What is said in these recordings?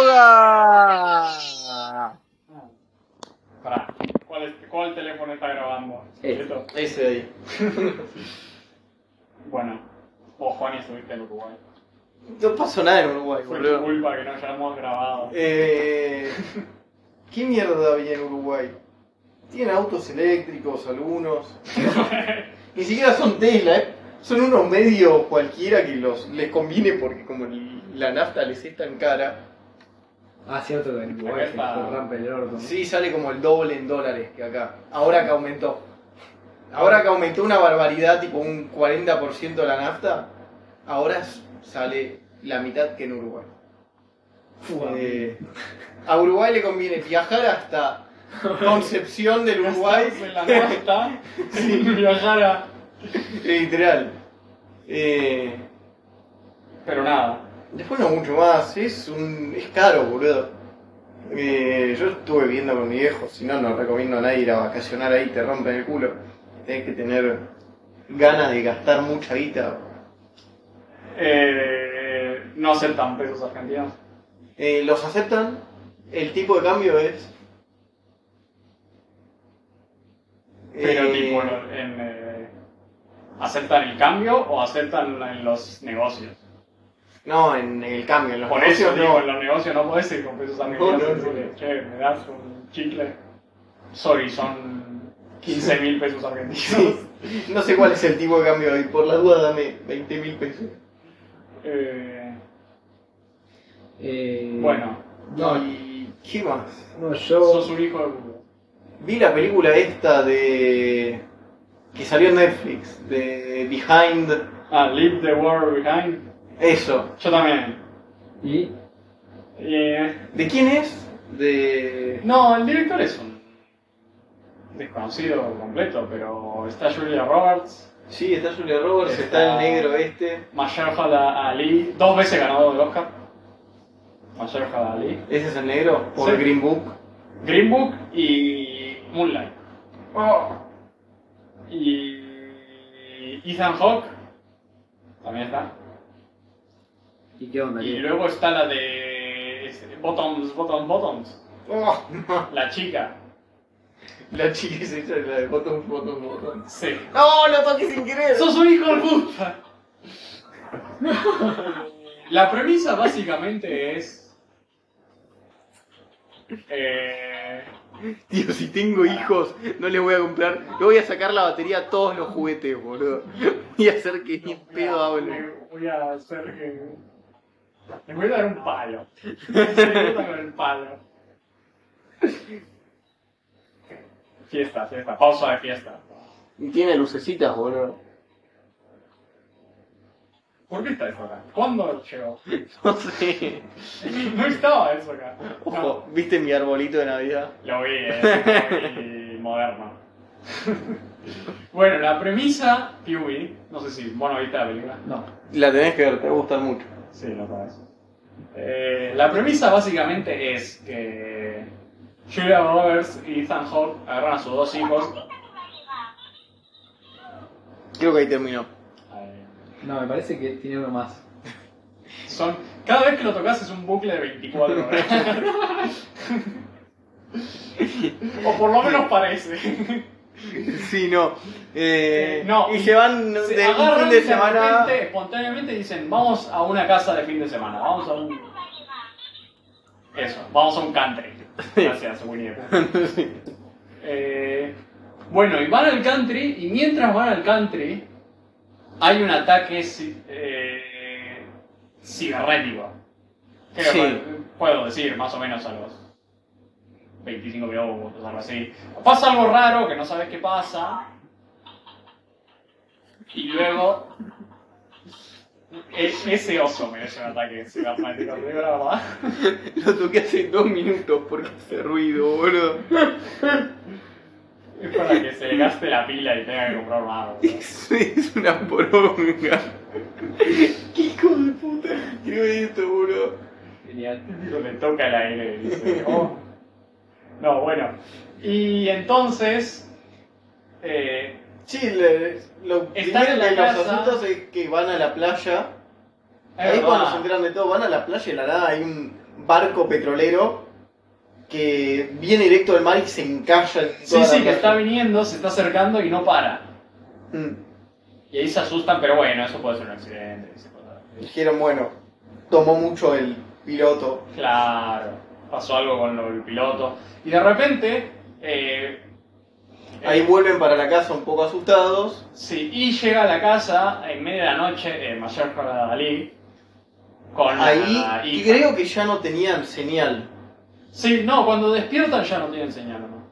¡Prórroga! Pará, ¿cuál, es- cuál teléfono está grabando? Esto. Ese de ahí. Bueno, vos, Juan, estuviste en Uruguay. No pasó nada en Uruguay, Fue tu boludo. culpa que no hayamos grabado. Este, Eh, ¿Qué mierda había en Uruguay? Tienen autos eléctricos algunos. Ni siquiera son Tesla, ¿eh? Son unos medios cualquiera que los les conviene porque como el- la nafta les es tan cara. Ah, cierto que en Uruguay se Acá está. fue rampa el orto. ¿no? Sí, sale como el doble en dólares que acá. Ahora que aumentó. Ahora que aumentó una barbaridad, tipo un 40% la nafta, ahora s- sale la mitad que en Uruguay. Fua. Eh, a Uruguay le conviene viajar hasta Concepción del Uruguay, Gastarse la nafta sin viajar a... literal. Eh, Pero nada. después no mucho más, es un es caro, boludo. Eh, yo estuve viendo con mi viejo, si no, no recomiendo a nadie ir a vacacionar ahí, te rompen el culo. Tenés que tener ganas de gastar mucha guita. Eh, no aceptan pesos argentinos. Eh, ¿Los aceptan? El tipo de cambio es... Pero Eh, tipo, en, en, eh, ¿aceptan el cambio o aceptan en los negocios? No, en el cambio, en los Por eso, negocios digo, no. en los negocios no podés ir con pesos argentinos y decirle, che, me das un chicle. Sorry, son 15 mil pesos argentinos. No sé cuál es el tipo de cambio hoy, por la duda dame 20 mil pesos. Eh, Eh, bueno, No, ¿Y qué más? no, yo. sos un hijo de puta. Vi la película esta de... que salió en Netflix, de Behind... Ah, leave the world behind. Eso. Yo también. ¿Y? Eh, ¿De quién es? De... no, el director es un desconocido completo, pero está Julia Roberts, Sí, está Julia Roberts, está el negro este. Mahershala Ali, dos veces ganador del Oscar. Mahershala Ali, ¿Ese es el negro? Por Sí. Green Book. Green Book y Moonlight. Oh, Y Ethan Hawke también está. ¿Y qué onda? Y ¿Qué? luego está la de este, Bottoms, Bottoms, Bottoms, Oh, no. la chica. La chica se hizo la de botón, botón, botón. Sí. ¡No, lo toqué sin querer! ¡Sos un hijo de puta! La premisa básicamente es. Eh, Tío, si tengo hijos, no les voy a comprar. Le voy a sacar la batería a todos los juguetes, boludo. Y hacer que ni pedo hablen. me- Voy a hacer que. Le voy a dar un palo. Se meta con el palo. Fiesta, fiesta, pausa de fiesta. Y tiene lucecitas, boludo. ¿Por qué está eso acá? ¿Cuándo llegó? No sé. No estaba eso acá. No, Ojo, ¿viste mi arbolito de Navidad? Lo vi, es muy moderno. bueno, la premisa, Pewy, no sé si, bueno, viste la película. No. La tenés que ver, te va a gustar mucho. Sí, lo sabes. Eh, la premisa básicamente es que Julia Roberts y Ethan Hawke agarran a sus dos hijos. Creo que ahí terminó. eh, No, me parece que tiene uno más. Son, cada vez que lo tocas es un bucle de 24 horas. o por lo menos parece. Sí, no. Eh, Eh, no. Y se van Se de un agarran fin de y semana. repente, espontáneamente dicen, vamos a una casa de fin de semana, vamos a un... Eso, vamos a un country. Gracias, Winnie. the Pooh. Eh, bueno, y van al country, y mientras van al country, hay un ataque ci- eh, cibernético. Que Sí. pu- puedo decir, más o menos a los 25 minutos, algo así. Pasa algo raro que no sabes qué pasa. Y luego. e- ese oso merece un ataque cibernético, te digo la verdad. Lo toqué hace dos minutos porque hace ruido, boludo. Es para que se le gaste la pila y tenga que comprar más. boludo. Es, es una poronga. ¿Qué hijo de puta? Quiero ver esto, boludo. Genial. Tipo, Le toca el aire y dice, oh. No, bueno. Y entonces. eh, Sí, le- lo Están primero en la de los casa. asuntos es que van a la playa Es Ahí cuando verdad. se enteran de todo, van a la playa y de la nada hay un barco petrolero que viene directo del mar y se encalla en Sí, toda sí, la que está playa. viniendo, se está acercando y no para. Mm. Y ahí se asustan, pero bueno, eso puede ser un accidente. pues, esa cosa. Dijeron, bueno, tomó mucho el piloto. ah. Claro, pasó algo con lo- el piloto. Y de repente, eh, Ahí vuelven para la casa un poco asustados. sí, y llega a la casa en medio de la noche, eh, Mayor Dalí, con la Ahí hija. creo que ya no tenían señal. Sí, no, cuando despiertan ya no tienen señal, ¿no?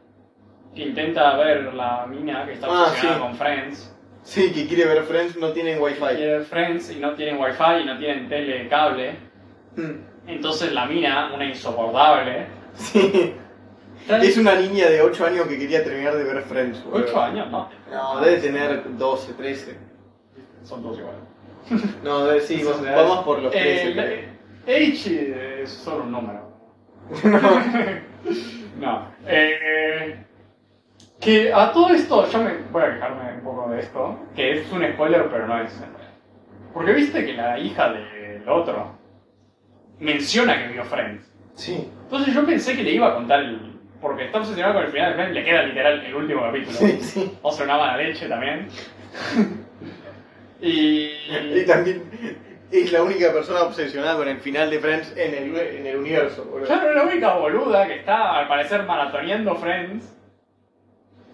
Que intenta ver la mina que está Ah, obsesionada sí. con Friends. Sí, que quiere ver Friends, no tienen wifi. Quiere ver Friends y no tienen wifi y no tienen tele cable. Mm. Entonces la mina, una insoportable, Sí. trae Es una niña de 8 años que quería terminar de ver Friends. boludo. 8 años, ¿no? No, debe tener 12, 13. Son todos iguales. No, debe, sí, Entonces, vamos- vamos por los 13. creo. Eh, H es solo un número. no. eh, que a todo esto, yo me voy a quejarme un poco de esto, que es un spoiler, pero no es. Porque viste que la hija del otro menciona que vio Friends. Sí, Entonces yo pensé que le iba a contar el. Porque está obsesionado con el final de Friends, le queda literal el último capítulo. sí, sí. O sea, una mala leche también. y. Y también es la única persona obsesionada con el final de Friends en el, en el universo, boludo. Claro, la única boluda que está al parecer maratoneando Friends.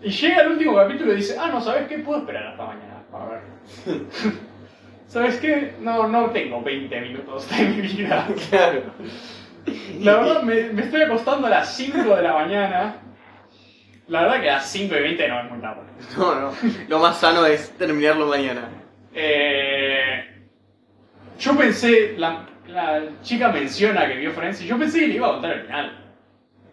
Y llega el último capítulo y dice, ah, no, ¿sabes qué? Puedo esperar hasta mañana para ver. ¿Sabes qué? No, no tengo 20 minutos de mi vida. Claro. La verdad, me, me estoy acostando a las 5 de la mañana. La verdad que a las 5 y 20 no es muy tarde. No, no. Lo más sano es terminarlo mañana. Eh, yo pensé, la, la chica menciona que vio Friends y yo pensé que le iba a contar el final.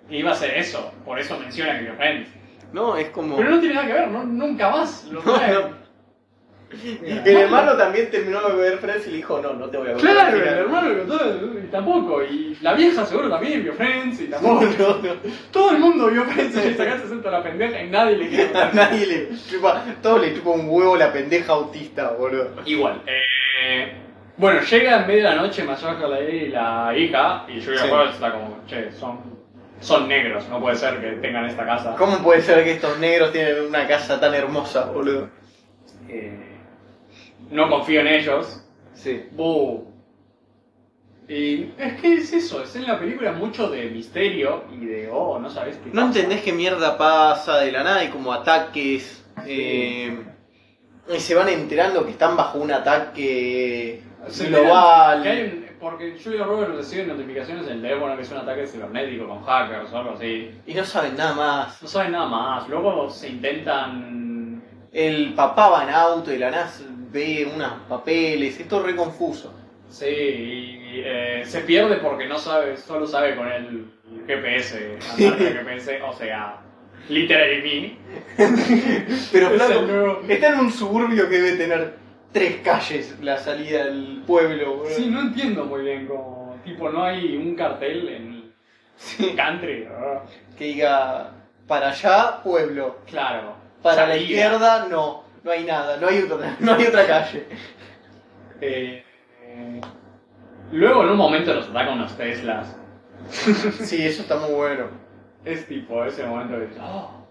Que iba a hacer eso, por eso menciona que vio Friends. No, es como. Pero no tiene nada que ver, no- nunca más lo trae. No, El hermano también terminó de ver Friends y le dijo, no, no te voy a ver. Claro, el hermano que todo, y tampoco. Y la vieja seguro también vio Friends y tampoco. No, no, no. Todo el mundo vio Friends y esta casa excepto la pendeja y nadie le quiere A contar. nadie le chupa, todo le chupa un huevo la pendeja autista, boludo. Igual. eh, bueno, llega en medio de la noche Mayor Holiday y la hija, y Julia Sí. Roberts está como, che, son, son negros, no puede ser que tengan esta casa. ¿Cómo puede ser que estos negros tienen una casa tan hermosa, boludo? Eh, no confío en ellos. Sí. Buh. Y es que es eso, es en la película mucho de misterio y de, oh, no sabes qué No pasa. entendés qué mierda pasa de la nada y como ataques. eh, y se van enterando que están bajo un ataque Se enteran global. que hay un- porque Julia Roberts recibe notificaciones en el teléfono que es un ataque cibernético con hackers o algo así. Y no saben nada más. No saben nada más. Luego se intentan El papá va en auto y la nada ve unos papeles. Esto es re confuso. Sí, y, eh, se pierde porque no sabe, solo sabe con el GPS, andar con el GPS, o sea, literally me. Pero Es flaco, el nuevo- está en un suburbio que debe tener tres calles la salida del pueblo, boludo. Sí, no entiendo muy bien cómo, tipo, no hay un cartel en el country, ¿verdad? Que diga para allá, pueblo. claro. Para la Salida. izquierda, no. No hay nada, no hay otra, no hay otra calle. Eh, eh, luego en un momento los atacan unos Teslas. Sí, eso está muy bueno. Es tipo ese momento que dices, "Oh".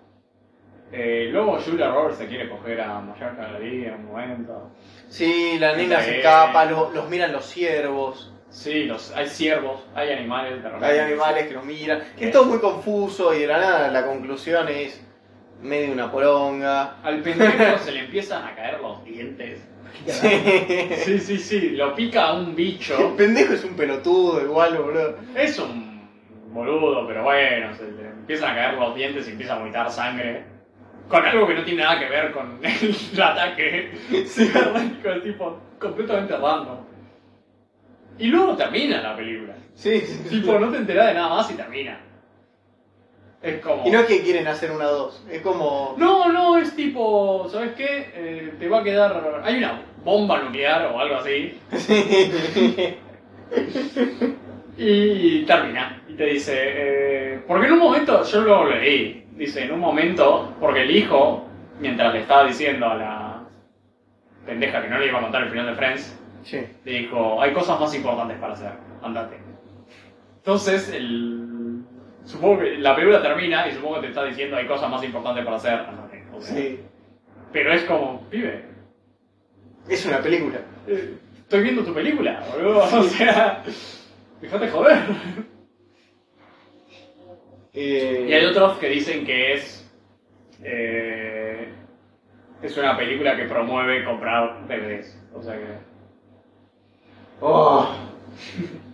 Eh, luego Julia Roberts se quiere coger a Mayor Canarí en un momento. Sí, la nena Sí. se escapa, lo- los miran los ciervos, Sí, los, hay ciervos, hay animales de repente. hay animales que los miran. Es todo muy confuso y de la nada la conclusión es medio una poronga. Al pendejo se le empiezan a caer los dientes. Sí, sí, sí, lo pica un El bicho. pendejo es un pelotudo igual, boludo. Es un boludo, pero bueno, se le empiezan a caer los dientes y empieza a vomitar sangre. Con algo que no tiene nada que ver con el ataque cibernético, es tipo completamente random. Y luego termina la película. Sí, sí, sí. pues. Tipo, no te enterás de nada más y termina. Es como... Y no es que quieren hacer una dos, es como... No, no, es tipo, ¿sabes qué? Eh, te va a quedar. Hay una bomba nuclear o algo así. y termina. Y te dice, eh, porque en un momento, yo lo leí, dice, en un momento, porque el hijo, mientras le estaba diciendo a la pendeja que no le iba a contar el final de Friends, Sí. Le dijo, hay cosas más importantes para hacer, andate. Entonces, el... supongo que la película termina y supongo que te está diciendo, hay cosas más importantes para hacer, andate. O sea, Sí. Pero es como, pibe, Es una película. eh, estoy viendo tu película, boludo. O sea, déjate joder. Eh, Y hay otros que dicen que es... eh, es una película que promueve comprar DVDs. O sea que... Oh,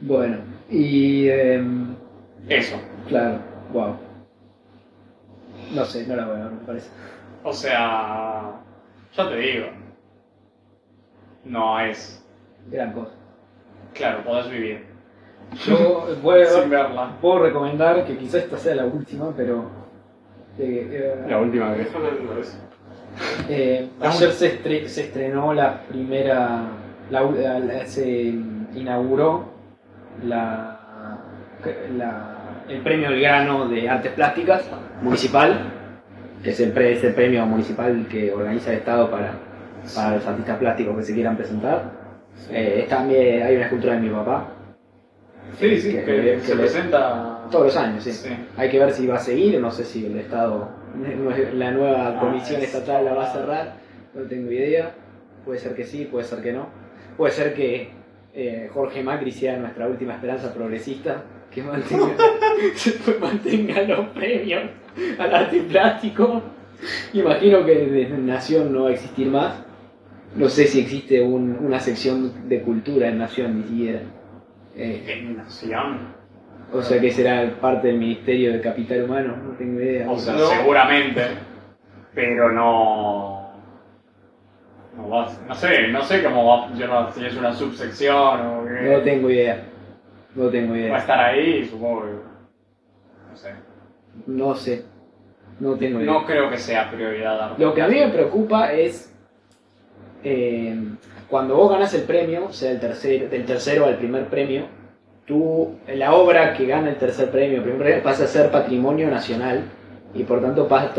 Bueno, y. em, Eso. claro, wow. No sé, no la voy a ver, me parece. O sea, ya te digo, no es. Gran cosa. Claro, podés vivir Yo voy a sin ver- verla. puedo recomendar que quizás esta sea la última, pero. eh, eh, última es una vez. Eh, La ayer se, estre- se estrenó la primera. la u- la- la- se inauguró la, la- el premio Belgrano de Artes Plásticas Municipal, que es el, pre- es el premio municipal que organiza el Estado para, para los artistas plásticos que se quieran presentar. Eh, es también hay una escultura de mi papá, Sí, sí, Que- que, que- se que- presenta. todos los años, sí. Sí. Hay que ver si va a seguir, no sé si el Estado, la nueva comisión es- estatal la va a cerrar, no tengo idea. Puede ser que sí, puede ser que no. Puede ser que eh, Jorge Macri sea nuestra última esperanza progresista, que mantenga, que mantenga los premios al arte plástico. Imagino que desde Nación no va a existir más. No sé si existe un- una sección de cultura en Nación ni siquiera. Eh, En Nación. o sea que será parte del Ministerio de Capital Humano, no tengo idea. O sea, No. seguramente, pero no. No, va, a- no sé, no sé cómo va a funcionar, si es una subsección o qué. No tengo idea. No tengo Va a idea. estar ahí, supongo que. No sé. No sé. No tengo idea. No creo que sea prioridad dar- Lo que a mí me preocupa es eh, cuando vos ganas el premio, o sea, el tercer, del tercero al primer premio, tú, la obra que gana el tercer premio, primer premio, pasa a ser patrimonio nacional y por tanto pasa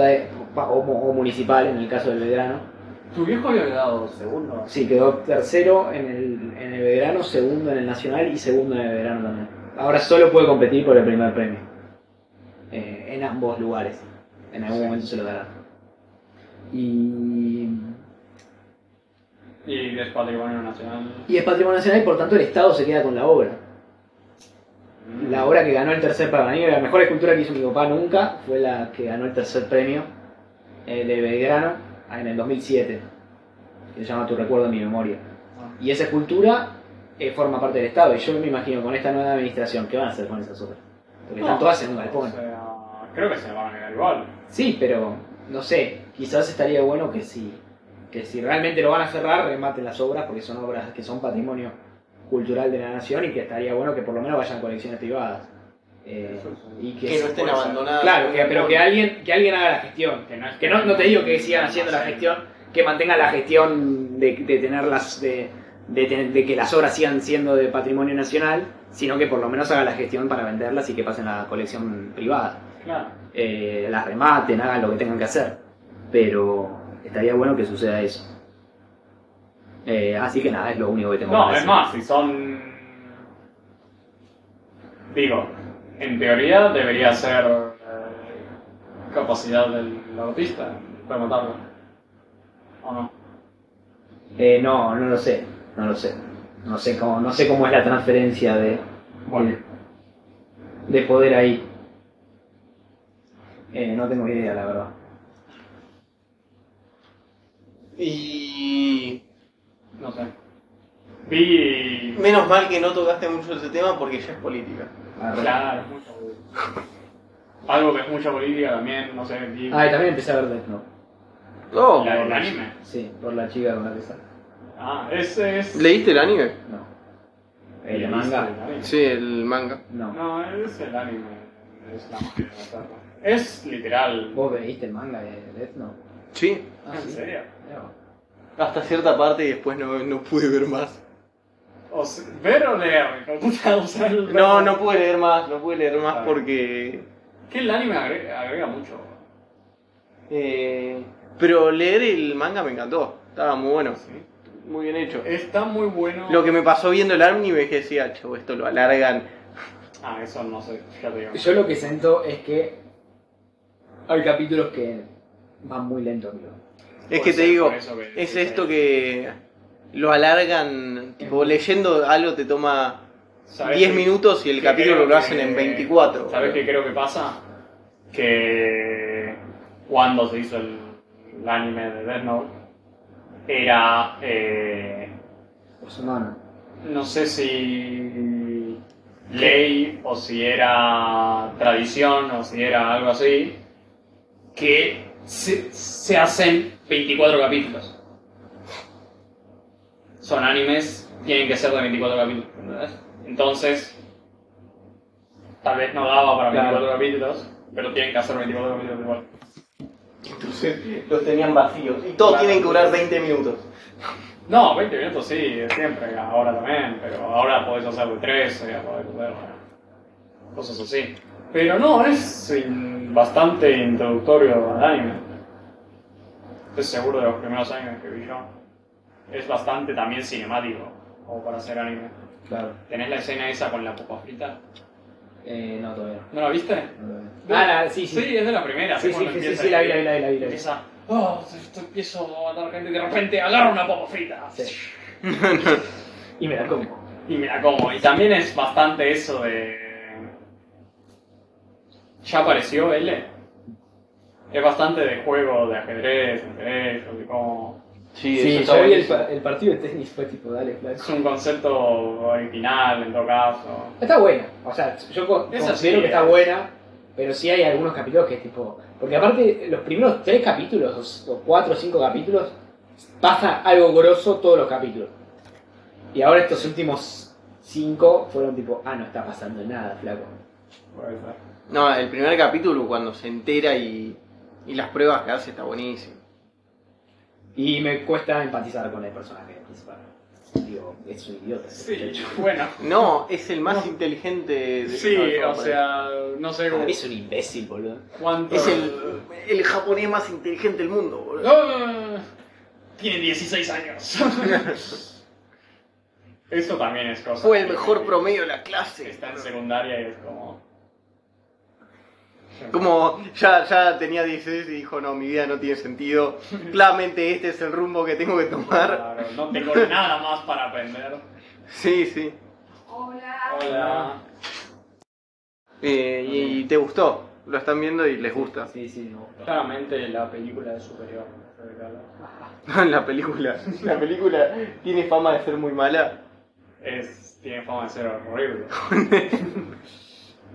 pa- o, mu- o municipal en el caso del Belgrano. Tu viejo había quedado segundo. Sí, quedó tercero en el, en el Belgrano, segundo en el Nacional y segundo en el Belgrano también. Ahora solo puede competir por el primer premio. Eh, en ambos lugares. En algún momento se lo darán. Y, Y es patrimonio nacional. y es patrimonio nacional y por tanto el Estado se queda con la obra. La obra que ganó el tercer premio, para mí la mejor escultura que hizo mi papá nunca fue la que ganó el tercer premio eh, de Belgrano en el 2007. Que se llama Tu recuerdo en mi memoria. Y esa escultura eh, forma parte del Estado. Y yo me imagino con esta nueva administración, ¿qué van a hacer con esas obras? Porque No. están todas en un O galpón. sea, creo que se van a quedar igual. Sí, pero no sé, quizás estaría bueno que si, que si realmente lo van a cerrar, rematen las obras, porque son obras que son patrimonio cultural de la nación y que estaría bueno que por lo menos vayan colecciones privadas. Eh, Eso sí. y que, Que no estén fuerza. abandonadas. claro, que- pero que alguien, que alguien haga la gestión. Que no, es- Que no, no te digo que sigan haciendo la Sí. gestión, que mantengan la gestión de, de tener las de, de ten- de que las obras sigan siendo de patrimonio nacional, sino que por lo menos hagan la gestión para venderlas y que pasen a la colección privada. Claro. Eh, las rematen, hagan lo que tengan que hacer. Pero estaría bueno que suceda eso. Eh, así que nada, es lo único que tengo No, para es decir. más, si son. Digo, en teoría debería ser eh, capacidad del artista rematarlo. ¿O no? Eh, no, no lo sé, no lo sé. No sé cómo, no sé cómo es la transferencia de, Bueno. de poder ahí. Eh, no tengo idea, la verdad. Y. No sé. Vi. Menos mal que no tocaste mucho ese tema porque ya es política. Arre. Claro, mucho. Algo que es mucha política también, no sé. Vi Ah, y también empecé a ver Death Note. No. la del anime. Sí, por la chica con la que sale. Ah, ese es. ¿Leíste el anime? No. ¿El manga? Sí, el manga. No. No, es el anime. Es la manera de hacerlo. Es literal. ¿Vos leíste el manga de Death Note? Sí. Ah, ¿En sí. serio? Mirá. Hasta cierta parte y después no, no pude ver más. O sea, ver o leer, hijo de puta, o sea, el- No, no pude leer más, no pude leer más Ah. porque. Que el anime agrega, agrega mucho. eh, pero leer el manga me encantó. Estaba muy bueno. ¿sí? muy bien hecho. Está muy bueno. Lo que me pasó viendo el anime es que decía, "Che, esto lo alargan. Ah, eso no sé, ya te digo. Yo lo que siento es que hay capítulos que van muy lento, amigo. Es Puede que te ser, digo, por eso que- es que- esto que lo alargan, tipo, leyendo algo te toma ¿Sabes 10 qué? minutos y el Que capítulo creo lo hacen que- en 24. Eh, ¿Sabes qué creo que pasa? Que cuando se hizo el, el anime de Death Note, era. eh, Pues no, no. no sé si ley o si era tradición o si era algo así, que se, se hacen 24 capítulos. Son animes, tienen que ser de 24 capítulos. ¿entendés? Entonces, tal vez no daba para Claro. 24 capítulos, pero tienen que hacer 24 capítulos igual. Entonces los tenían vacíos. Y todos tienen que durar 20 minutos. No, 20 minutos sí, siempre, ahora también, pero ahora podés hacer de 13, ya podés hacer bueno, cosas así. Pero no, es in- bastante introductorio al anime. Estoy seguro de los primeros animes que vi yo. Es bastante también cinemático, como para hacer anime. Claro. ¿Tenés la escena esa con la papa frita? Eh, no, todavía no. ¿No la viste? No lo veo. Ah, la- sí, sí. Sí, es de la primera. Sí, ¿sí? sí, Cuando sí, sí, empieza sí, la vi, y la vi, la vi, la vi. Empieza, oh, esto empiezo a matar gente y de repente agarra una papa frita. Sí. Y me la como. Y mira cómo, y también es bastante eso de. Ya apareció L. Es bastante de juego, de ajedrez, ajedrez, de cómo. Sí, eso sí, yo está vi el, buenísimo. pa- el partido de tenis fue tipo, dale, flash. Es un concepto original en todo caso. Está buena, o sea, yo co- Es considero así, que está eh. buena, pero sí hay algunos capítulos que es tipo. Porque aparte, los primeros tres capítulos, o o cuatro o cinco capítulos, pasa algo grosso todos los capítulos. Y ahora estos últimos cinco fueron tipo, ah, no está pasando nada, flaco. Puede ser. No, el primer capítulo cuando se entera y, y las pruebas que hace está buenísimo. Y me cuesta empatizar con el personaje principal. Digo, es un idiota. este Sí, muchacho. bueno. No, es el más No. inteligente de Sí, de todo o el- sea, no sé Para cómo- mí es un imbécil, boludo. cuánto. Es el, el japonés más inteligente del mundo, boludo. ¡Ah! Tiene 16 años. Eso también es cosa. Fue el mejor promedio promedio de la que clase. está en secundaria y es como. Como ya, ya tenía 16 y dijo, no, mi vida no tiene sentido. Claramente este es el rumbo que tengo que tomar. Claro, no tengo nada más para aprender. Sí, sí. Hola. Eh, y, y te gustó. Lo están viendo y les gusta. Sí, sí, no. Claramente la película es superior. la película. La película tiene fama de ser muy mala. Es, tiene fama de ser horrible.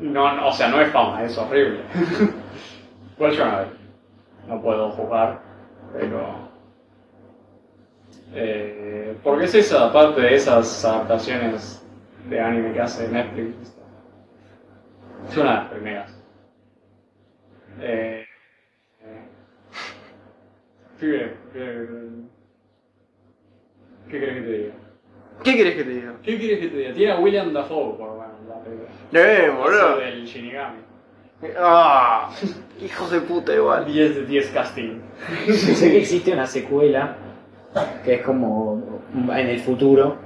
No, no, o sea, no es fama, es horrible. Igual yo no la vi. No puedo jugar, pero. Eh, porque es esa, aparte de esas adaptaciones de anime que hace Netflix. Es una de las primeras. Eh, eh, pibe, eh, ¿Qué crees que te diga? ¿Qué querés que te diga? ¿Qué quieres que te diga? Tiene a William Dafoe, por lo menos, la película. Eh, Eso boludo. del Shinigami. Ah, hijos de puta igual. 10 de 10 casting. Sé que existe una secuela que es como en el futuro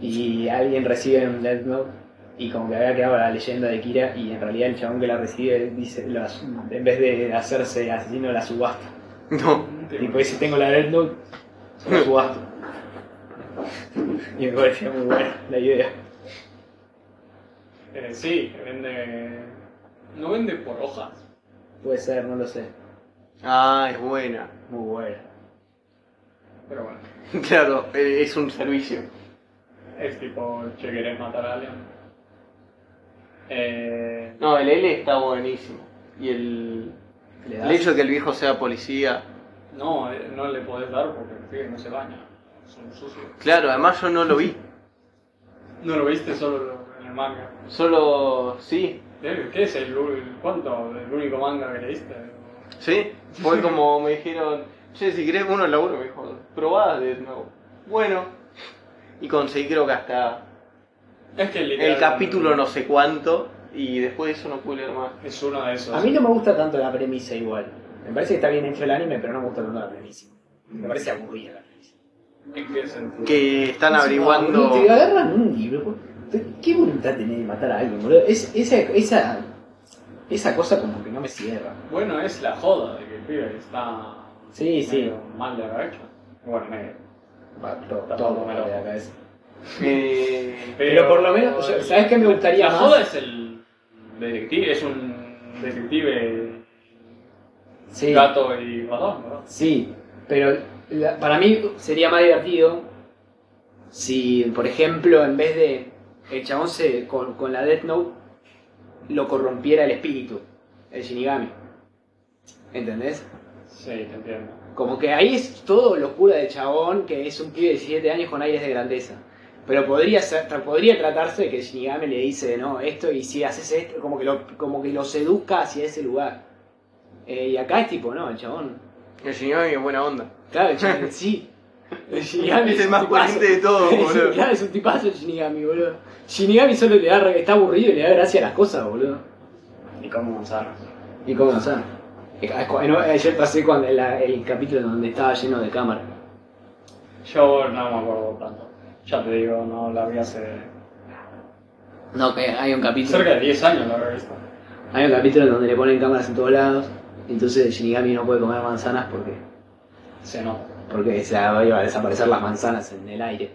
y alguien recibe un Death Note y como que había quedado la leyenda de Kira y en realidad el chabón que la recibe dice la- en vez de hacerse asesino la subasta. No. Tipo dice tengo la Death Note, la subasto. Y me parecía muy buena la idea. Eh, sí, vende. No vende por hojas. Puede ser, no lo sé. Ah, es buena. Muy buena. Pero bueno. Claro, eh, es un servicio. Es tipo, che, querés matar a alguien. Eh, No, el L está buenísimo. Y el, Le das- el hecho de que el viejo sea policía. no, eh, no le podés dar porque el pibe no se baña. Son sucios. Claro, además yo no lo vi. No lo viste solo lo- en el manga. Solo. sí. Eh, ¿Qué es el, el- cuánto? ¿El único manga que leíste? Sí. Fue como me dijeron, che, si querés uno laburo, me dijo, probá de nuevo. Bueno. Y conseguí creo que hasta Es que literal- el capítulo no sé cuánto. Y después de eso no pude leer más. Es uno de esos. A mí no me gusta tanto la premisa igual. Me parece que está bien hecho el anime, pero no me gusta tanto la premisa. Me parece aburrida la premisa. ¿En qué sentido? que están Encima, Pues, boludo, averiguando. Te agarran un libro. po. Te- ¿Qué voluntad tenés de matar a alguien, boludo? Es- esa, esa, esa cosa como que no me cierra. Bueno, es la joda de que el pibe está Sí, sí. medio mal de derecho. Bueno, medio. Va, to- Está todo todo me loco. de la cabeza. Eh, Pero por lo menos, yo- ¿sabes qué me gustaría La más? joda es el detective, es un detective Sí, gato y ratón, ¿no? sí. Pero la- para mí sería más divertido si, por ejemplo, en vez de el chabón se, con, con la Death Note lo corrompiera el espíritu, el Shinigami. ¿Entendés? Sí, te entiendo. Como que ahí es todo locura del chabón, que es un pibe de 17 años con aires de grandeza. Pero podría, ser- tra- podría tratarse de que Shinigami le dice, no, esto y si haces esto, como que, lo, como que los educa hacia ese lugar. Eh, y acá es tipo, no, el chabón. el Shinigami es buena onda. Claro, el Shinigami, sí. El Shinigami Es el más tipazo. coherente de todos, Sí, boludo. Claro, es un tipazo el Shinigami, boludo. Shinigami solo le da, re- está aburrido y le da gracia a las cosas, boludo. ¿Y cómo manzanas? Y cómo avanzar. Ayer pasé cuando la- el capítulo donde estaba lleno de cámaras. Yo no me acuerdo tanto. Ya te digo, no la vi hace No, que hay un capítulo. cerca de 10 años la revista. Hay un capítulo en donde le ponen cámaras en todos lados. Entonces Shinigami no puede comer manzanas porque, Se nota. porque se va a desaparecer las manzanas en el aire.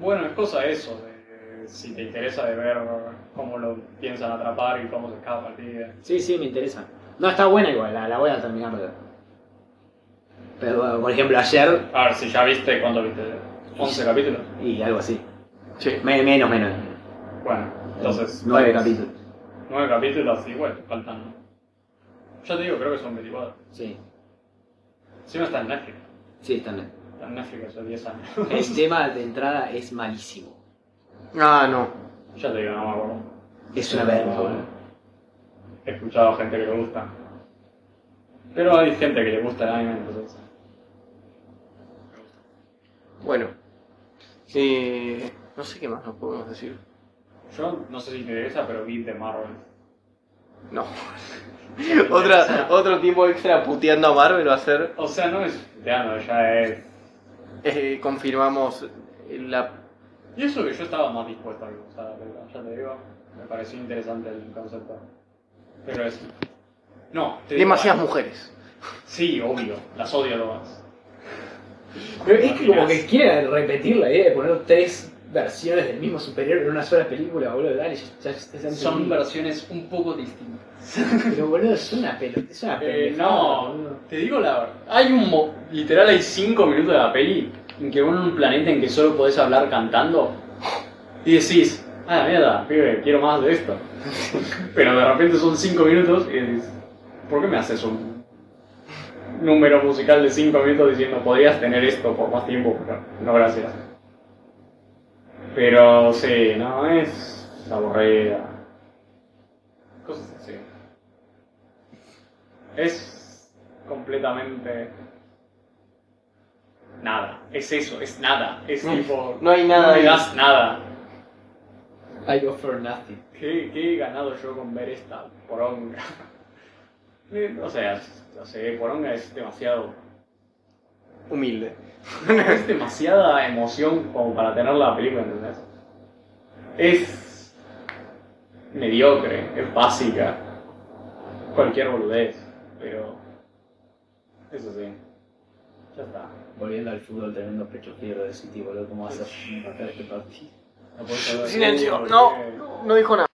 Bueno, es cosa eso, de, si te interesa de ver cómo lo piensan atrapar y cómo se escapa el líder. Sí, sí, me interesa. No, está buena igual, la, la voy a terminar de ver. Pero, bueno, por ejemplo, ayer A ver, si ya viste, ¿cuánto viste? ¿11 capítulos? y algo así. Sí. Me- menos, menos. Bueno, entonces... pues, Nueve capítulos. 9 capítulos, y bueno, faltan... Yo te digo, creo que son 24. Sí, Si no está en Netflix. sí, están bien. Está en Netflix hace 10 años. El tema de entrada es malísimo. Ah, no. ya te digo, no me acuerdo. eh. Es una verga, boludo. He escuchado gente que le gusta. Pero hay gente que le gusta el anime, entonces... Bueno. Eh, no sé qué más nos podemos decir. Yo no sé si te interesa, pero vi de Marvel. No. Otra, otro tiempo extra puteando a Marvel va a ser. O sea, no es puteando, ya es... eh, confirmamos la. Y eso que yo estaba más dispuesto a que usara la película, ya te digo, me pareció interesante el concepto. Pero es... No, te digo Demasiadas algo. mujeres. Sí, obvio, las odio lo más. Pero es que como que quiere repetir la idea de poner tres versiones del mismo superhéroe en una sola película, boludo. Dale, ya, ya- ya se han Son entendido. versiones un poco distintas. Pero boludo, es una pelota, es una Eh, pendejada, no, boludo. te digo la verdad. Hay un... mo- Literal hay 5 minutos de la peli en que uno en un planeta en que solo podés hablar cantando y decís, ah, la mierda, pibe, quiero más de esto. Pero de repente son 5 minutos y decís, ¿por qué me haces un número musical de 5 minutos diciendo, podrías tener esto por más tiempo? Pero, no, gracias. Pero sí, no, es aburrida. Cosas así. Es completamente nada. Es eso, es nada. Es No, tipo. no hay nada No me ahí. das nada. I offer nothing. ¿Qué, qué he ganado yo con ver esta poronga? Eh, o sea, no sé, poronga es demasiado. Humilde. Es demasiada emoción como para tener la película, ¿entendés? Es. mediocre, es básica. Cualquier boludez, pero. Eso sí. Ya está. Volviendo al fútbol, tremendo pecho frío de City, boludo. ¿Cómo vas a matar este partido? No puedes hablar de Silencio. fútbol, No. porque- No dijo nada.